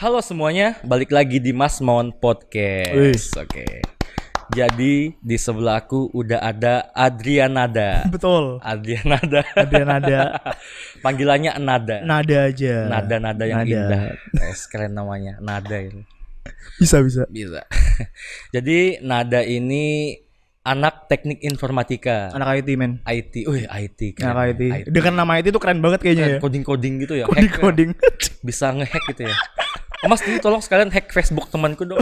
Halo semuanya, balik lagi di Mas Mawan Wih. Podcast. Oke. Jadi di sebelahku udah ada Adrianada. Betul. Adrianada. Ada nada, Panggilannya Nada. nada aja. Nada-nada yang Nada. indah. Es keren namanya, Nada ini. Bisa bisa. Bisa. Jadi Nada ini anak teknik informatika. Anak IT men. IT. Wih, IT keren. Anak IT. Dengan nama IT tuh keren banget kayaknya ya. Coding-coding gitu ya. Coding hack ya. coding. Bisa ngehack gitu ya. Mas ini tolong sekalian hack Facebook temanku dong.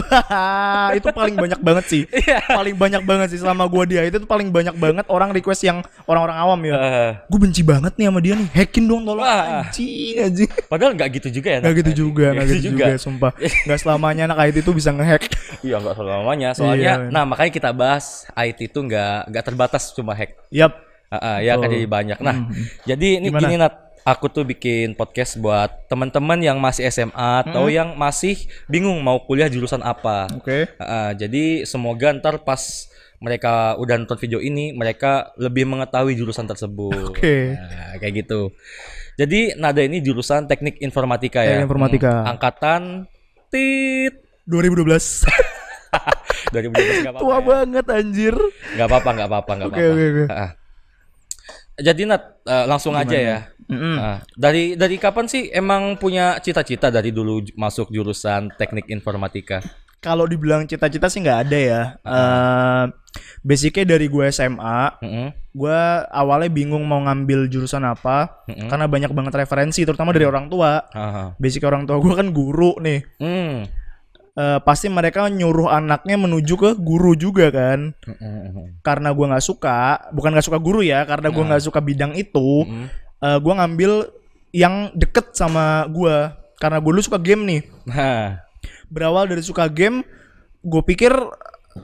itu paling banyak banget sih. Iya. Paling banyak banget sih selama gua di IT tuh paling banyak banget orang request yang orang-orang awam ya. Eh, Gue benci banget nih sama dia nih. Hackin dong tolong. Wah. Anjing anjing. Padahal nggak gitu juga ya. Iya Gak Nat? gitu juga, Nggak gak gitu juga, sumpah. Gak selamanya anak IT tuh bisa ngehack. Iya nggak selamanya. Soalnya, Iya. nah makanya kita bahas IT itu nggak nggak terbatas cuma hack. Yap. Ah, ah, ya kan jadi banyak. Nah, jadi ini Mm-hmm. Gimana? gini Nat. Aku tuh bikin podcast buat teman-teman yang masih SMA atau Mm-hmm. yang masih bingung mau kuliah jurusan apa. Oke. Ah, ah, jadi semoga ntar pas mereka udah nonton video ini mereka lebih mengetahui jurusan tersebut. Oke. Nah, kayak gitu. Jadi Nada ini jurusan teknik informatika ya. Teknik informatika. Hmm, angkatan tit 2012. 2012 nggak apa-apa. Tua ya. banget anjir. Nggak apa-apa, nggak apa-apa, nggak Oke, apa-apa. oke, oke. Ah, ah. Jadi Nat eh, langsung aja ya. Mm-mm. Ah, dari dari kapan sih emang punya cita-cita dari dulu ju- masuk jurusan teknik informatika? kalau dibilang cita-cita sih nggak ada ya. Eh basicnya dari gue SMA, Mm-mm. gue awalnya bingung mau ngambil jurusan apa, Mm-mm. karena banyak banget referensi, terutama dari orang tua. Ah, ah. Basic orang tua gue kan guru nih, Hmm. Eh pasti mereka nyuruh anaknya menuju ke guru juga kan. Mm-mm. Karena gue nggak suka, bukan nggak suka guru ya, karena gue nggak suka bidang itu, Mm. Mm-mm. eh gue ngambil yang deket sama gue. Karena gue dulu suka game nih. Nah. Berawal dari suka game, gue pikir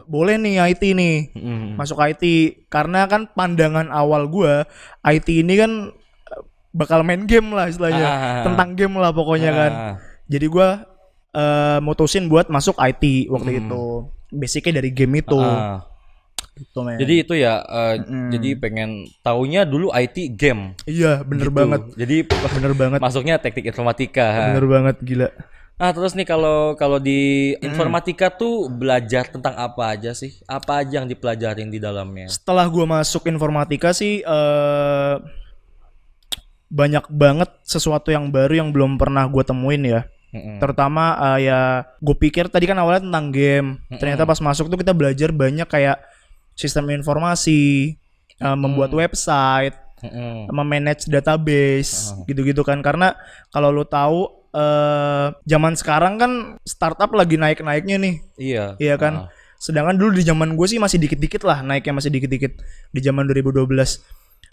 boleh nih IT nih. Mm-mm. masuk IT karena kan pandangan awal gua IT ini kan eh, bakal main game lah istilahnya Ah. tentang game lah pokoknya kan Ah. jadi gua eh, mutusin buat masuk IT waktu itu basicnya dari game itu Hmm. Ah. gitu men Jadi itu ya eh, Mm-mm. jadi pengen taunya dulu IT game. iya bener gitu. banget Jadi bener banget masuknya teknik informatika. ha. bener banget gila Nah, terus nih kalau kalau di informatika tuh belajar tentang apa aja sih? Apa aja yang dipelajarin di dalamnya? setelah gua masuk informatika sih eh banyak banget sesuatu yang baru yang belum pernah gua temuin ya Mm-mm. terutama eh, ya gue pikir tadi kan awalnya tentang game ternyata pas masuk tuh kita belajar banyak kayak sistem informasi eh, membuat website Mm-mm. memanage database gitu-gitu kan karena kalau lo tahu eh zaman sekarang kan startup lagi naik-naiknya nih Iya. iya kan sedangkan dulu di zaman gue sih masih dikit-dikit lah naiknya masih dikit-dikit di zaman 2012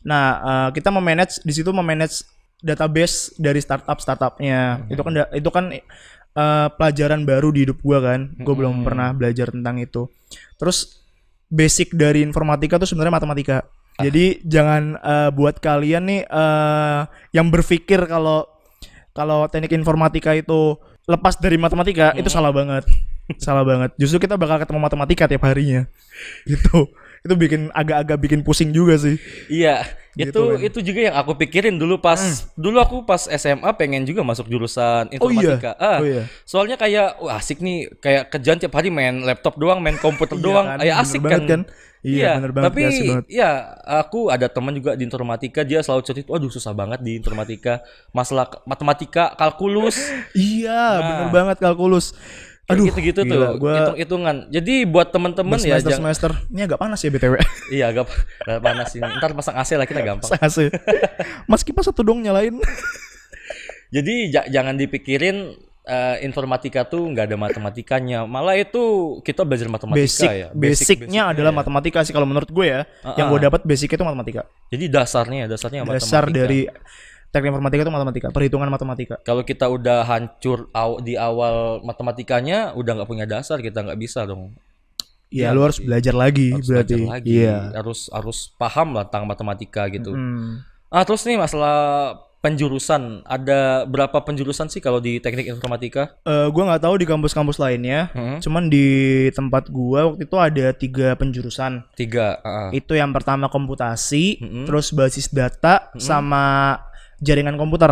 nah eh, kita memanage di situ memanage database dari startup startupnya itu kan da- itu kan eh, pelajaran baru di hidup gue kan gue belum pernah belajar tentang itu terus basic dari informatika tuh sebenarnya matematika jadi jangan eh, buat kalian nih eh, yang berpikir kalau kalau teknik informatika itu lepas dari matematika itu salah banget salah banget justru kita bakal ketemu matematika tiap harinya gitu itu bikin agak-agak bikin pusing juga sih Iya, itu Gitu kan. itu juga yang aku pikirin dulu pas dulu aku pas SMA pengen juga masuk jurusan informatika. Ah, Oh iya. Soalnya kayak wah asik nih, kayak kerjaan tiap hari main laptop doang, main komputer Iya doang, kan, kayak bener asik banget kan. Iya, bener banget, tapi asik banget. ya aku ada teman juga di informatika, dia selalu cerita, "Waduh, susah banget di informatika, masalah k- matematika, kalkulus." iya bener banget kalkulus aduh gitu-gitu gila, tuh, gua hitung-hitungan. Jadi buat temen-temen ya semester jangan semester ini agak panas ya btw iya agak agak panas ini. Ntar pasang AC lah kita gampang. Sase. mas kipas satu dong nyalain Jadi ja- jangan dipikirin eh, informatika tuh nggak ada matematikanya. Malah itu kita belajar matematika basic, Iya. ya. basicnya adalah matematika sih kalau menurut gue ya yang gue dapat basic itu matematika Jadi dasarnya ya, dasarnya matematika. dasar dari teknik informatika itu matematika perhitungan matematika Kalau kita udah hancur aw- di awal matematikanya, udah nggak punya dasar kita nggak bisa dong. ya, lu harus belajar lagi berarti Belajar lagi. iya Harus harus paham lah tentang matematika gitu. Hmm. Ah terus nih masalah penjurusan ada berapa penjurusan sih kalau di teknik informatika? Eh, gua nggak tahu di kampus-kampus lainnya Hmm. cuman di tempat gua waktu itu ada tiga penjurusan Tiga. ah, ah. itu yang pertama komputasi Mm-mm. terus basis data sama jaringan komputer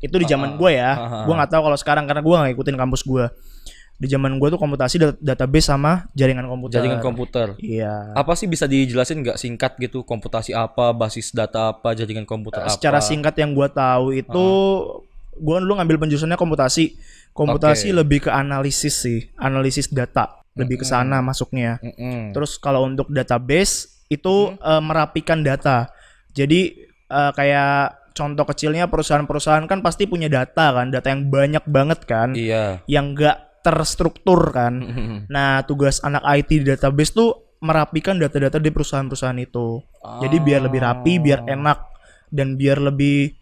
Itu di Ah, zaman gue ya. Gue nggak tahu kalau sekarang karena gue nggak ikutin kampus gue. Di zaman gue tuh komputasi dat- database sama jaringan komputer. Jaringan komputer. Iya. Apa sih bisa dijelasin nggak singkat gitu komputasi apa, basis data apa, jaringan komputer apa? Eh, Ah. Secara singkat yang gue tahu itu gue dulu ngambil penjurusannya komputasi. Komputasi Oke. lebih ke analisis sih, analisis data. Lebih ke sana masuknya. Mm-mm. Terus kalau untuk database Hmm. itu eh, merapikan data. Jadi eh, kayak contoh kecilnya perusahaan-perusahaan kan pasti punya data kan, data yang banyak banget kan, Iya. Hmm. yang enggak terstruktur kan. Mm-mm. Nah, tugas anak IT di database tuh merapikan data-data di perusahaan-perusahaan itu. Jadi biar lebih Oh. rapi, biar Ah. enak dan biar lebih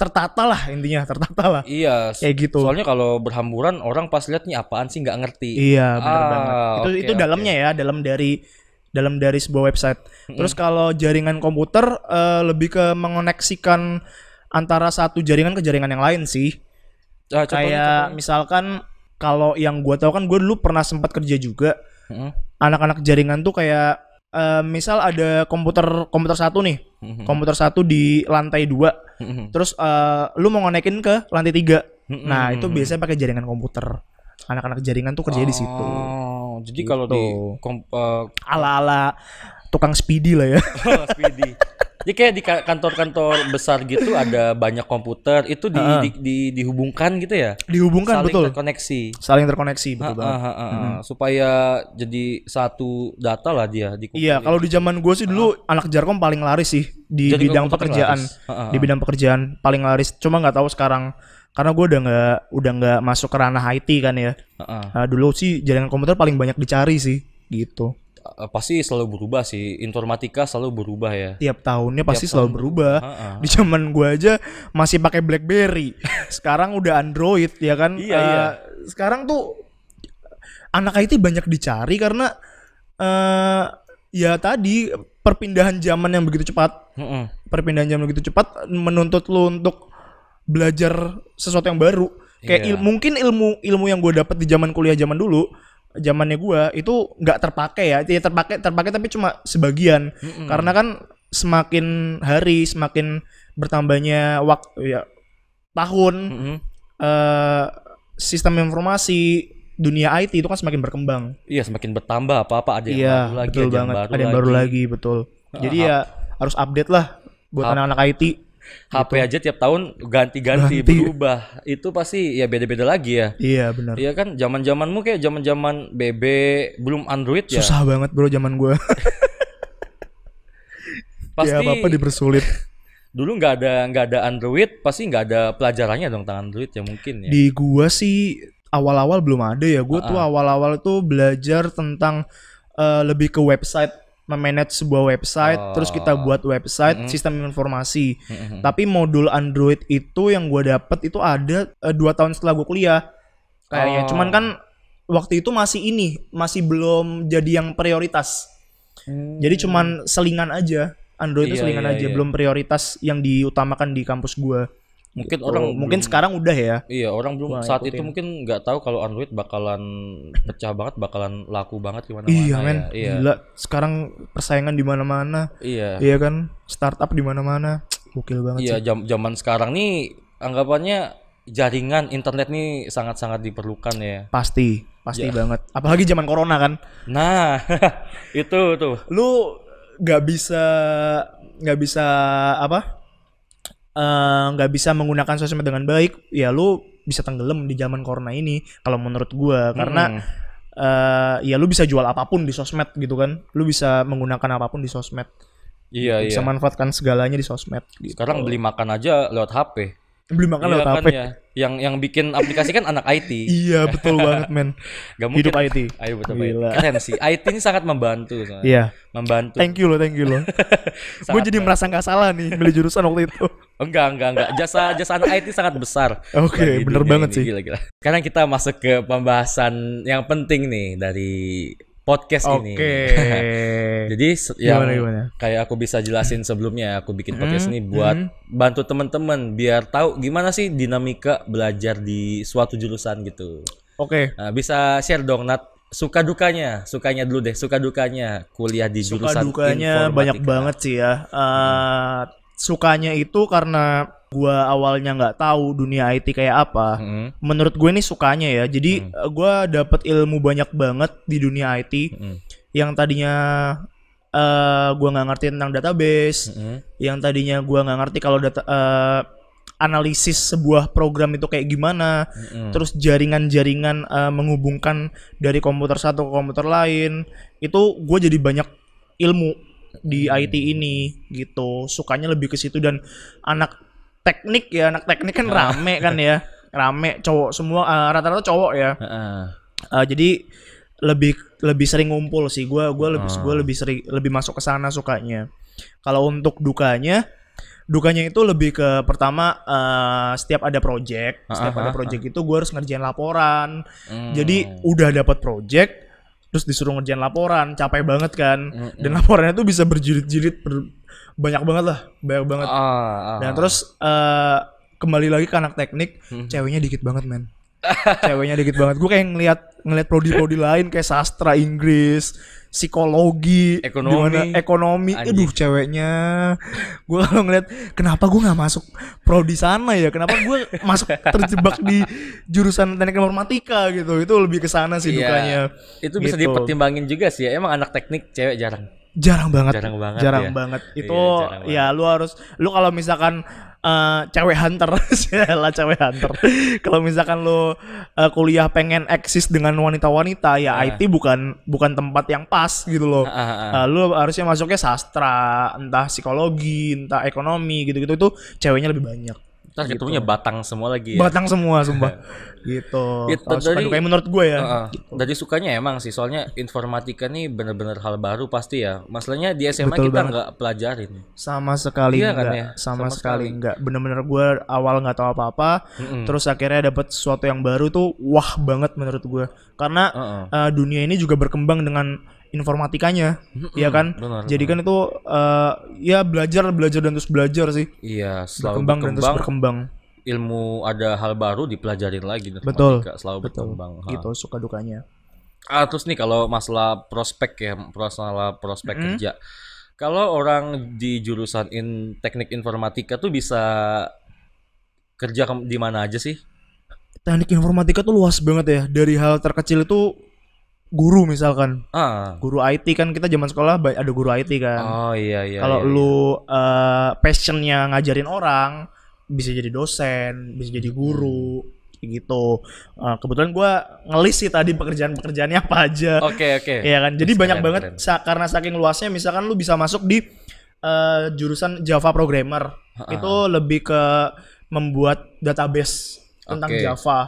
tertata lah intinya, tertata lah. Iya. Kayak gitu. Soalnya kalau berhamburan orang pas lihat nih apaan sih nggak ngerti. Iya, benar Ah, banget. Itu oke, itu oke. dalamnya ya, dalam dari dalam dari sebuah website. Terus kalau jaringan komputer eh, lebih ke mengoneksikan antara satu jaringan ke jaringan yang lain sih. Ah, contohnya, Kayak contohnya. misalkan kalau yang gua tahu kan gue dulu pernah sempat kerja juga Mm-mm. anak-anak jaringan tuh kayak eh, misal ada komputer komputer satu nih, Mm-mm. komputer satu di lantai dua, Mm-mm. terus eh, lu mau ngonekin ke lantai tiga. Mm-mm. Nah itu biasanya pakai jaringan komputer. Anak-anak jaringan tuh kerjanya di situ. Oh, jadi kalau di Gitu. kom- eh, ala-ala tukang speedy lah ya. Oh, Speedy. Jadi kayak di ka- kantor-kantor besar gitu ada banyak komputer itu di, di- di- dihubungkan gitu ya. Dihubungkan Saling betul. terkoneksi. Saling terkoneksi betul Ah, banget. ah, ah, ah. Supaya jadi satu data lah dia di Iya, kalau di zaman gue sih dulu anak Jarkom paling laris sih di Jaringan bidang komputer pekerjaan. laris. Ah, Ha, ha, Di bidang pekerjaan paling laris. Cuma nggak tahu sekarang karena gue udah nggak udah nggak masuk ke ranah IT kan ya. Heeh. Nah, dulu sih jaringan komputer paling banyak dicari sih gitu. Eh, pasti selalu berubah sih. Informatika selalu berubah ya. Tiap tahunnya pasti selalu berubah. Ha, ha. Di zaman gue aja masih pakai BlackBerry. Sekarang udah Android ya kan. Iya, Eh, iya. Sekarang tuh anak IT banyak dicari karena eh ya tadi perpindahan zaman yang begitu cepat, Heeh. perpindahan zaman yang begitu cepat menuntut lu untuk belajar sesuatu yang baru. Kayak Iya. il- mungkin ilmu ilmu yang gue dapat di zaman kuliah zaman dulu zamannya gua itu nggak terpakai ya, ya terpakai terpakai tapi cuma sebagian Hmm. karena kan semakin hari semakin bertambahnya waktu ya tahun Heeh. eh, sistem informasi dunia IT itu kan semakin berkembang. Iya semakin bertambah apa-apa ada yang Iya, baru lagi, Ah, betul ada yang banget. baru ada yang baru lagi, betul. Jadi ya harus update lah buat anak-anak IT. HP aja tiap tahun ganti-ganti Gitu. Ganti. berubah. Itu pasti ya beda-beda lagi ya. Iya, benar. Iya kan, zaman zamanmu kayak zaman zaman BB belum Android ya. Susah banget bro zaman gua. Pasti ya apa-apa dipersulit. dulu nggak ada nggak ada Android, pasti nggak ada pelajarannya dong tentang Android ya mungkin ya. Di gua sih awal-awal belum ada ya. Gua tuh awal-awal tuh belajar tentang eh, lebih ke website, memanage sebuah website, terus kita Oh. buat website, sistem informasi. Tapi modul Android itu yang gua dapet itu ada eh, dua tahun setelah gua kuliah. Oh. Kayaknya cuman kan waktu itu masih ini, masih belum jadi yang prioritas. Jadi cuman selingan aja. Hmm. Android itu Iya, selingan iya, aja, iya. belum prioritas yang diutamakan di kampus gua. mungkin Tuh, orang gitu, mungkin belum- sekarang udah ya. iya orang belum Wah, saat ikutin. itu mungkin nggak tahu kalau Android bakalan pecah banget, bakalan laku banget gimana mana Iya men, Iya. gila sekarang persaingan di mana-mana. Iya. Iya kan? Startup di mana-mana. Gokil banget Iya, sih. jam- zaman sekarang nih anggapannya jaringan internet nih sangat-sangat diperlukan ya. Pasti, pasti Iya. banget. Apalagi zaman corona kan. Nah, itu tuh. Lu nggak bisa nggak bisa apa? Eh, nggak bisa menggunakan sosmed dengan baik, ya lu bisa tenggelam di zaman corona ini kalau menurut Hmm. gua karena eh, ya lu bisa jual apapun di sosmed gitu kan. Lu bisa menggunakan apapun di sosmed. Iya, iya. Bisa manfaatkan segalanya di sosmed. Gitu. Sekarang beli makan aja lewat HP. Beli makan Iya lewat kan HP. ya. Yang yang bikin aplikasi kan anak IT. Iya betul banget men Gak mungkin. Iya. Hidup IT Ayo betul Gila. baik. Keren sih. IT ini sangat membantu. sebenarnya. Iya Membantu. Thank you loh thank you loh Gue jadi merasa nggak salah nih Milih jurusan waktu itu Enggak, enggak, enggak. Jasa jasa anak IT sangat besar. Oke, bagi Iya, bener dunia banget ini. sih. Gila, gila. Sekarang kita masuk ke pembahasan yang penting nih dari podcast ini. Oke Jadi se- yang Gimana, gimana? kayak aku bisa jelasin sebelumnya aku bikin Mm-hmm. podcast ini buat bantu teman-teman biar tahu gimana sih dinamika belajar di suatu jurusan gitu. Oke Nah, bisa share dong Nat suka dukanya, sukanya dulu deh, suka dukanya kuliah di Suka jurusan dukanya informatika. banyak banget sih ya Eh, Sukanya itu karena gua awalnya nggak tahu dunia IT kayak apa Mm-mm. menurut gue ini sukanya Hmm. ya jadi eh, gua gue dapat ilmu banyak banget di dunia IT Mm-mm. yang tadinya eh gue nggak ngerti tentang database Mm-mm. yang tadinya gue nggak ngerti kalau data eh, analisis sebuah program itu kayak gimana Mm-mm. terus jaringan-jaringan eh, menghubungkan dari komputer satu ke komputer lain itu gue jadi banyak ilmu di IT ini gitu sukanya lebih ke situ dan anak teknik ya anak teknik kan rame kan ya rame cowok semua eh, rata-rata cowok ya Ah, Eh, jadi lebih lebih sering ngumpul sih gue gue lebih Ah. gua lebih sering lebih masuk ke sana sukanya kalau untuk dukanya dukanya itu lebih ke pertama eh, setiap ada project setiap Ah, ah, ada ah, project itu gue harus ngerjain laporan mm. jadi udah dapat project terus disuruh ngerjain laporan capek banget kan Mm-mm. dan laporannya tuh bisa berjilid-jilid ber- banyak banget lah banyak banget Ah, ah. dan Nah, terus eh, kembali lagi ke anak teknik, Hmm. ceweknya dikit banget men. ceweknya dikit banget. Gue kayak ngeliat ngeliat prodi-prodi lain kayak sastra Inggris, psikologi, Ekonomi. dimana ekonomi. Anjir. Aduh ceweknya. Gue kalau ngeliat kenapa gue nggak masuk prodi sana ya? Kenapa gue masuk terjebak di jurusan teknik informatika gitu? Itu lebih ke sana Iya. sih dukanya. itu bisa Gitu. dipertimbangin juga sih ya. Emang anak teknik cewek jarang. jarang banget Jarang banget jarang ya. banget itu Iya, jarang ya lu harus lu kalau misalkan eh, cewek hunter lah cewek hunter kalau misalkan lu eh, kuliah pengen eksis dengan wanita-wanita ya IT bukan bukan tempat yang pas gitu loh Ah, ah, ah. Eh, lu harusnya masuknya sastra entah psikologi entah ekonomi gitu-gitu itu ceweknya lebih banyak Ntar ketemunya batang semua lagi ya. batang semua sumpah gitu Itu Kalau suka dari- dukanya menurut gue ya Heeh. Dari sukanya emang sih, soalnya informatika nih bener-bener hal baru pasti ya. Masalahnya di SMA Betul kita banget. nggak pelajarin. sama sekali Iya kan enggak ya? Sama sama, sekali sekali. enggak bener-bener gue awal nggak tahu apa-apa Mm-mm. terus akhirnya dapat sesuatu yang baru tuh wah banget menurut gue karena Heeh. eh, dunia ini juga berkembang dengan informatikanya Mm-mm, ya kan benar, jadi kan itu eh, ya belajar belajar dan terus belajar sih Iya, selalu berkembang, berkembang, dan terus berkembang ilmu ada hal baru dipelajarin lagi di Betul. informatika, selalu berkembang. Ha. gitu suka dukanya Ah, terus nih kalau masalah prospek ya, masalah prospek Mm-hmm. kerja. Kalau orang di jurusan in teknik informatika tuh bisa kerja ke- di mana aja sih? teknik informatika tuh luas banget ya dari hal terkecil itu guru misalkan Ah. guru IT kan kita zaman sekolah ba- ada guru IT kan Oh iya iya. iya, kalau iya. lu eh, passionnya ngajarin orang bisa jadi dosen bisa jadi guru kayak gitu Eh, kebetulan gua ngelis sih tadi pekerjaan pekerjaannya apa aja Oke oke. ya kan jadi Keren, banyak banget keren. sa- karena saking luasnya misalkan lu bisa masuk di eh, jurusan Java programmer Ha-ha. itu lebih ke membuat database Oke. tentang Hmm. Java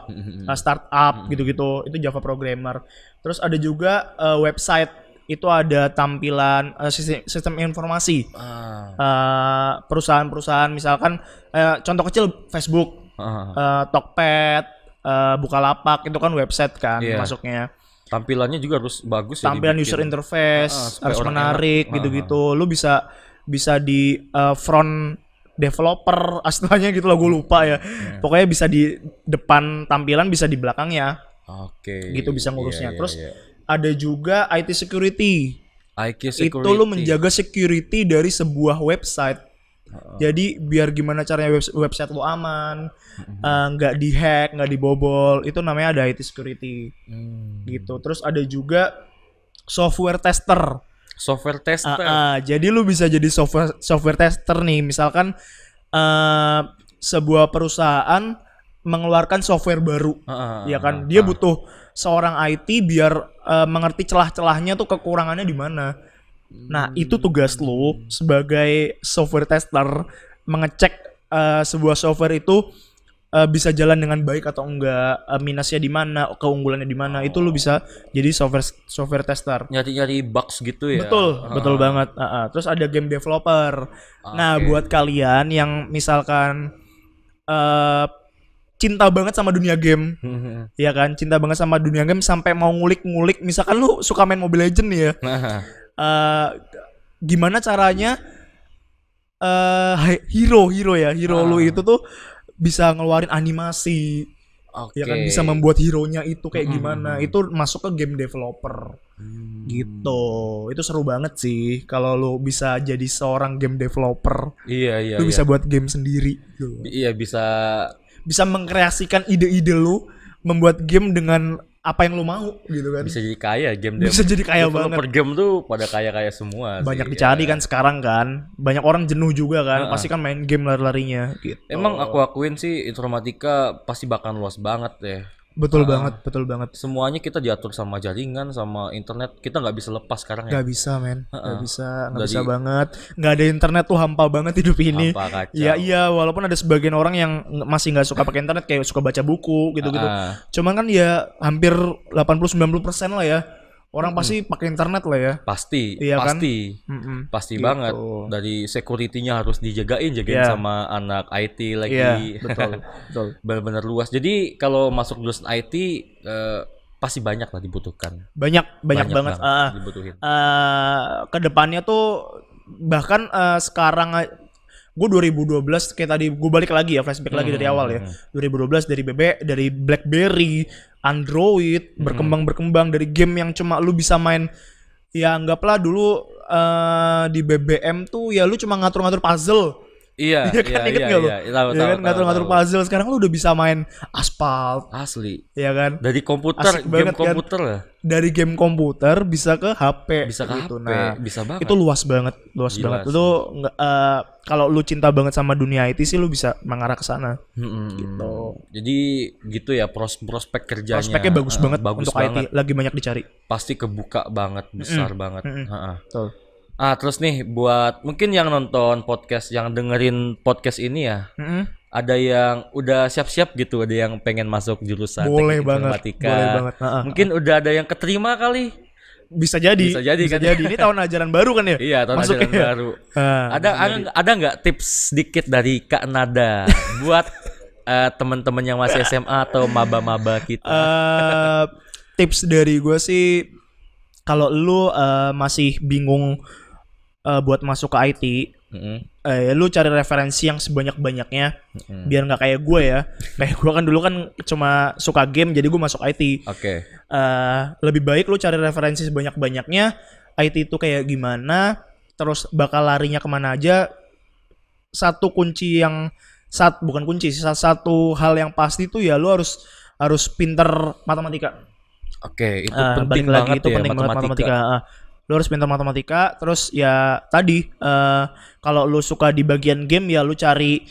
Nah, startup gitu-gitu itu Java programmer. Terus ada juga eh, website itu ada tampilan eh, sistem, sistem informasi Ah. Eh, perusahaan-perusahaan misalkan eh, contoh kecil Facebook, Ah. eh, Tokped, eh, Bukalapak itu kan website kan Iya. masuknya. Tampilannya juga harus bagus ya. Tampilan dibikin. user interface Ah, supaya harus orang menarik enak. gitu-gitu. Lu bisa bisa di eh, front developer istilahnya gitu loh gue Hmm. lupa Iya. ya. Pokoknya bisa di depan tampilan bisa di belakangnya. Oke. gitu bisa Iya, ngurusnya. iya, Terus iya. ada juga IT security. IQ Itu security. lu menjaga security dari sebuah website. Jadi biar gimana caranya webs- website lu aman, Mm-hmm. eh, nggak dihack, nggak dibobol, itu namanya ada IT security Hmm. gitu. Terus ada juga software tester. software tester. Ah, ah, jadi lu bisa jadi software software tester nih, misalkan eh, sebuah perusahaan mengeluarkan software baru. Ah, ah, ah, Iya ah. kan, dia butuh seorang IT biar eh, mengerti celah-celahnya tuh kekurangannya di mana. Nah, Hmm. itu tugas lo sebagai software tester mengecek eh, sebuah software itu eh, bisa jalan dengan baik atau enggak, eh, minusnya di mana, keunggulannya di mana. Itu Oh. lo bisa jadi software software tester. nyari-nyari bugs gitu ya. Betul, Ah, betul ah. banget. Ah, ah. Terus ada game developer. Nah, Oke. buat kalian yang misalkan eh cinta banget sama dunia game ya kan cinta banget sama dunia game sampai mau ngulik-ngulik misalkan lu suka main Mobile Legend nih ya Nah, Eh gimana caranya eh hi- hero hero ya hero lu Ah. itu tuh bisa ngeluarin animasi kan? oke. Iya Hmm. ya kan bisa membuat hero-nya itu kayak gimana itu masuk ke game developer Hmm. gitu itu seru banget sih kalau lu bisa jadi seorang game developer Iya iya. lu iya. bisa buat game sendiri gitu. Iya bisa. bisa mengkreasikan ide-ide lu membuat game dengan apa yang lu mau gitu kan Bisa jadi kaya game dev. bisa jadi kaya banget Developer game tuh pada kaya-kaya semua. sih, ya. banyak dicari kan sekarang kan banyak orang jenuh juga kan pasti kan main game lari-larinya gitu Emang aku akuin sih informatika pasti bakal luas banget ya. betul banget betul banget Semuanya kita diatur sama jaringan, sama internet. Kita nggak bisa lepas sekarang ya. Gak bisa men, gak bisa, Jadi- gak bisa banget Gak ada internet tuh hampa banget hidup ini Hampa, kacau. Iya iya, walaupun ada sebagian orang yang nge- masih gak suka pakai internet Kayak suka baca buku gitu-gitu Ah. Cuman kan ya hampir 80-90% lah ya Orang pasti pakai internet lah ya Pasti, Iya kan? pasti. Mm-mm. Pasti Gitu. banget. Dari security-nya harus dijagain, jagain Iya. sama anak IT lagi. Iya, betul, betul. Benar-benar luas. Jadi kalau masuk jurusan IT eh, pasti banyak lah dibutuhkan. Banyak, banyak, banget, Ah, dibutuhin. eh kedepannya tuh bahkan eh, sekarang gue 2012 kayak tadi gue balik lagi ya flashback lagi Hmm, dari awal ya 2012 dari BB dari BlackBerry Android Hmm. berkembang berkembang dari game yang cuma lu bisa main ya anggaplah dulu eh di BBM tuh ya lu cuma ngatur-ngatur puzzle Iya, Iya kan iya, inget iya, nggak lu? iya. Tahu, ya tahu, kan tahu, ngatur-ngatur tahu. puzzle sekarang lu udah bisa main aspal Asli. ya kan Dari komputer, Asik game banget kan? komputer lah. dari game komputer bisa ke HP Bisa ke gitu. HP, Nah, bisa banget. itu luas banget luas Gila banget sih. itu nggak eh, kalau lu cinta banget sama dunia IT sih lu bisa mengarah ke sana Mm-mm. Hmm. Jadi gitu ya pros prospek kerjanya. prospeknya bagus Eh, banget bagus untuk Hmm. banget. IT lagi banyak dicari Pasti kebuka banget, besar banget. Ha-ha. betul Ah, terus nih buat mungkin yang nonton podcast, yang dengerin podcast ini ya, ada yang udah siap-siap gitu, ada yang pengen masuk jurusan Boleh teknik banget, informatika. boleh banget, ha-ha. Mungkin udah ada yang keterima kali. bisa jadi Bisa jadi kan? ini tahun ajaran baru kan ya Iya, tahun Masuk ajaran ya? baru. Ah, ada ada ada nggak tips sedikit dari Kak Nada buat eh, teman-teman yang masih SMA atau maba-maba kita? eh tips dari gue sih kalau lu eh, masih bingung eh, buat masuk ke IT Mm-mm. eh, lu cari referensi yang sebanyak-banyaknya Mm-mm. Hmm. biar nggak kayak gue ya kayak gue kan dulu kan cuma suka game jadi gue masuk IT Oke. eh lebih baik lu cari referensi sebanyak-banyaknya IT itu kayak gimana terus bakal larinya kemana aja satu kunci yang sat bukan kunci sih, sa- satu hal yang pasti tuh ya lu harus harus pinter matematika Oke, itu Eh, penting balik lagi banget itu ya penting banget matematika. matematika Ah, lu harus pinter matematika terus ya tadi eh kalau lu suka di bagian game ya lu cari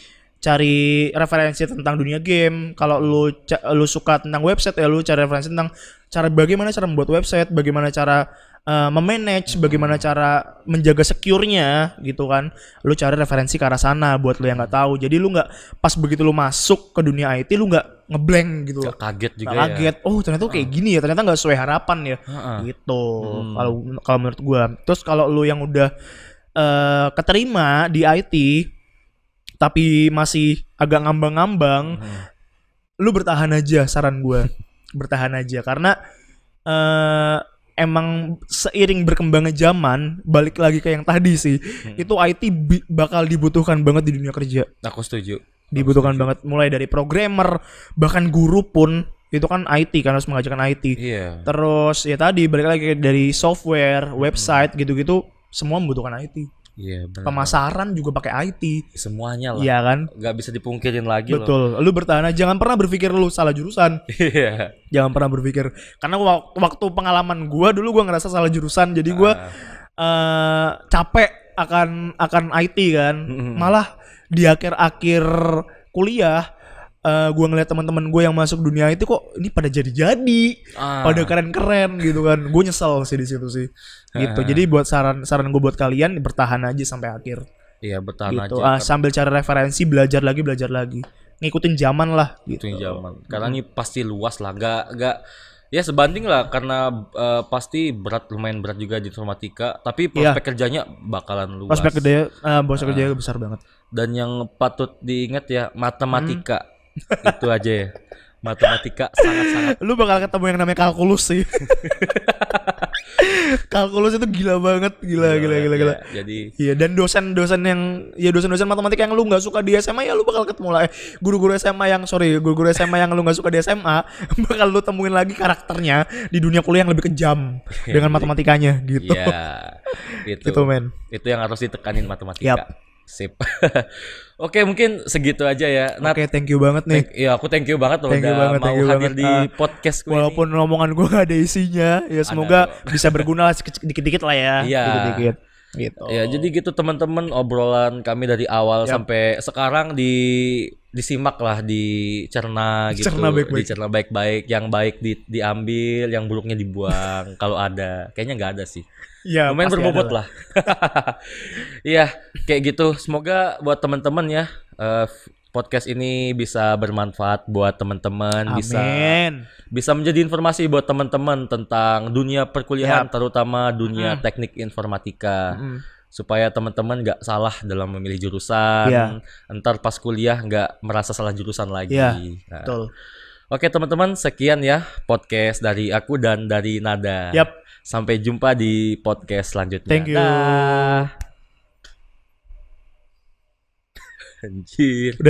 cari referensi tentang dunia game kalau lu ca- lu suka tentang website ya lu cari referensi tentang cara bagaimana cara membuat website bagaimana cara eh, memanage bagaimana cara menjaga secure-nya gitu kan lu cari referensi ke arah sana buat lu yang nggak tahu jadi lu nggak pas begitu lu masuk ke dunia IT lu nggak ngeblank gitu loh Nggak Kaget juga ya. Nggak kaget oh ternyata tuh kayak gini ya ternyata nggak sesuai harapan ya Heeh. gitu kalau kalau menurut gua terus kalau lu yang udah eh, keterima di IT tapi masih agak ngambang-ngambang lu bertahan aja saran gua bertahan aja karena eh emang seiring berkembangnya zaman balik lagi ke yang tadi sih itu IT bi- bakal dibutuhkan banget di dunia kerja ya. Aku setuju. dibutuhkan banget mulai dari programmer bahkan guru pun itu kan IT kan harus mengajarkan IT Iya. terus ya tadi balik lagi dari software website gitu-gitu semua membutuhkan IT Iya, benar. pemasaran juga pakai IT Semuanya lah. Iya kan Nggak bisa dipungkirin lagi loh. betul lu bertahan aja jangan pernah berpikir lu salah jurusan Iya. jangan pernah berpikir karena wak- waktu pengalaman gua dulu gua ngerasa salah jurusan jadi gua eh capek akan akan IT kan malah di akhir-akhir kuliah eh gua ngeliat teman-teman gue yang masuk dunia itu kok ini pada jadi-jadi Ah. pada keren-keren gitu kan gue nyesel sih di situ sih gitu jadi buat saran saran gue buat kalian bertahan aja sampai akhir Iya, bertahan gitu aja. Ah, sambil cari referensi belajar lagi belajar lagi ngikutin zaman lah gitu Itu yang zaman. Karena ini pasti luas lah, gak gak ya sebanding lah karena eh, pasti berat lumayan berat juga di informatika, tapi prospek kerjanya bakalan luas. Iya. prospek gede eh prospek gede besar banget Hmm. Dan yang patut diingat ya matematika. Itu aja ya. matematika sangat-sangat Lu bakal ketemu yang namanya kalkulus sih. kalkulus itu gila banget, gila gila gila gila. Ya, jadi Iya dan dosen-dosen yang ya dosen-dosen matematika yang lu nggak suka di SMA ya lu bakal ketemu lah eh, guru-guru SMA yang sorry guru-guru SMA yang lu nggak suka di SMA bakal lu temuin lagi karakternya di dunia kuliah yang lebih kejam dengan matematikanya gitu ya itu gitu men itu yang harus ditekanin matematika Yap. sip oke mungkin segitu aja ya Nat oke thank you banget nih Iya, aku thank you banget loh Thank you udah banget, mau thank you hadir banget. di Ah, podcast gue walaupun omongan gua gak ada isinya ya semoga bisa berguna lah sedikit- dikit-dikit lah ya Iya. dikit-dikit gitu Ya, jadi gitu teman-teman obrolan kami dari awal sampai sekarang di disimak lah dicerna gitu, Dicerna baik-baik. dicerna baik-baik, yang baik di, diambil, yang buruknya dibuang kalau ada. Kayaknya nggak ada sih. ya Lumayan pasti ada berbobot lah. Iya, kayak gitu. Semoga buat teman-teman ya eh, podcast ini bisa bermanfaat buat teman-teman, bisa amin bisa menjadi informasi buat teman-teman tentang dunia perkuliahan terutama dunia teknik informatika Mm. supaya teman-teman nggak salah dalam memilih jurusan Iya. entar pas kuliah nggak merasa salah jurusan lagi Iya, Nah, betul oke teman-teman sekian ya podcast dari aku dan dari Nada yap sampai jumpa di podcast selanjutnya thank you Dah. Anjir.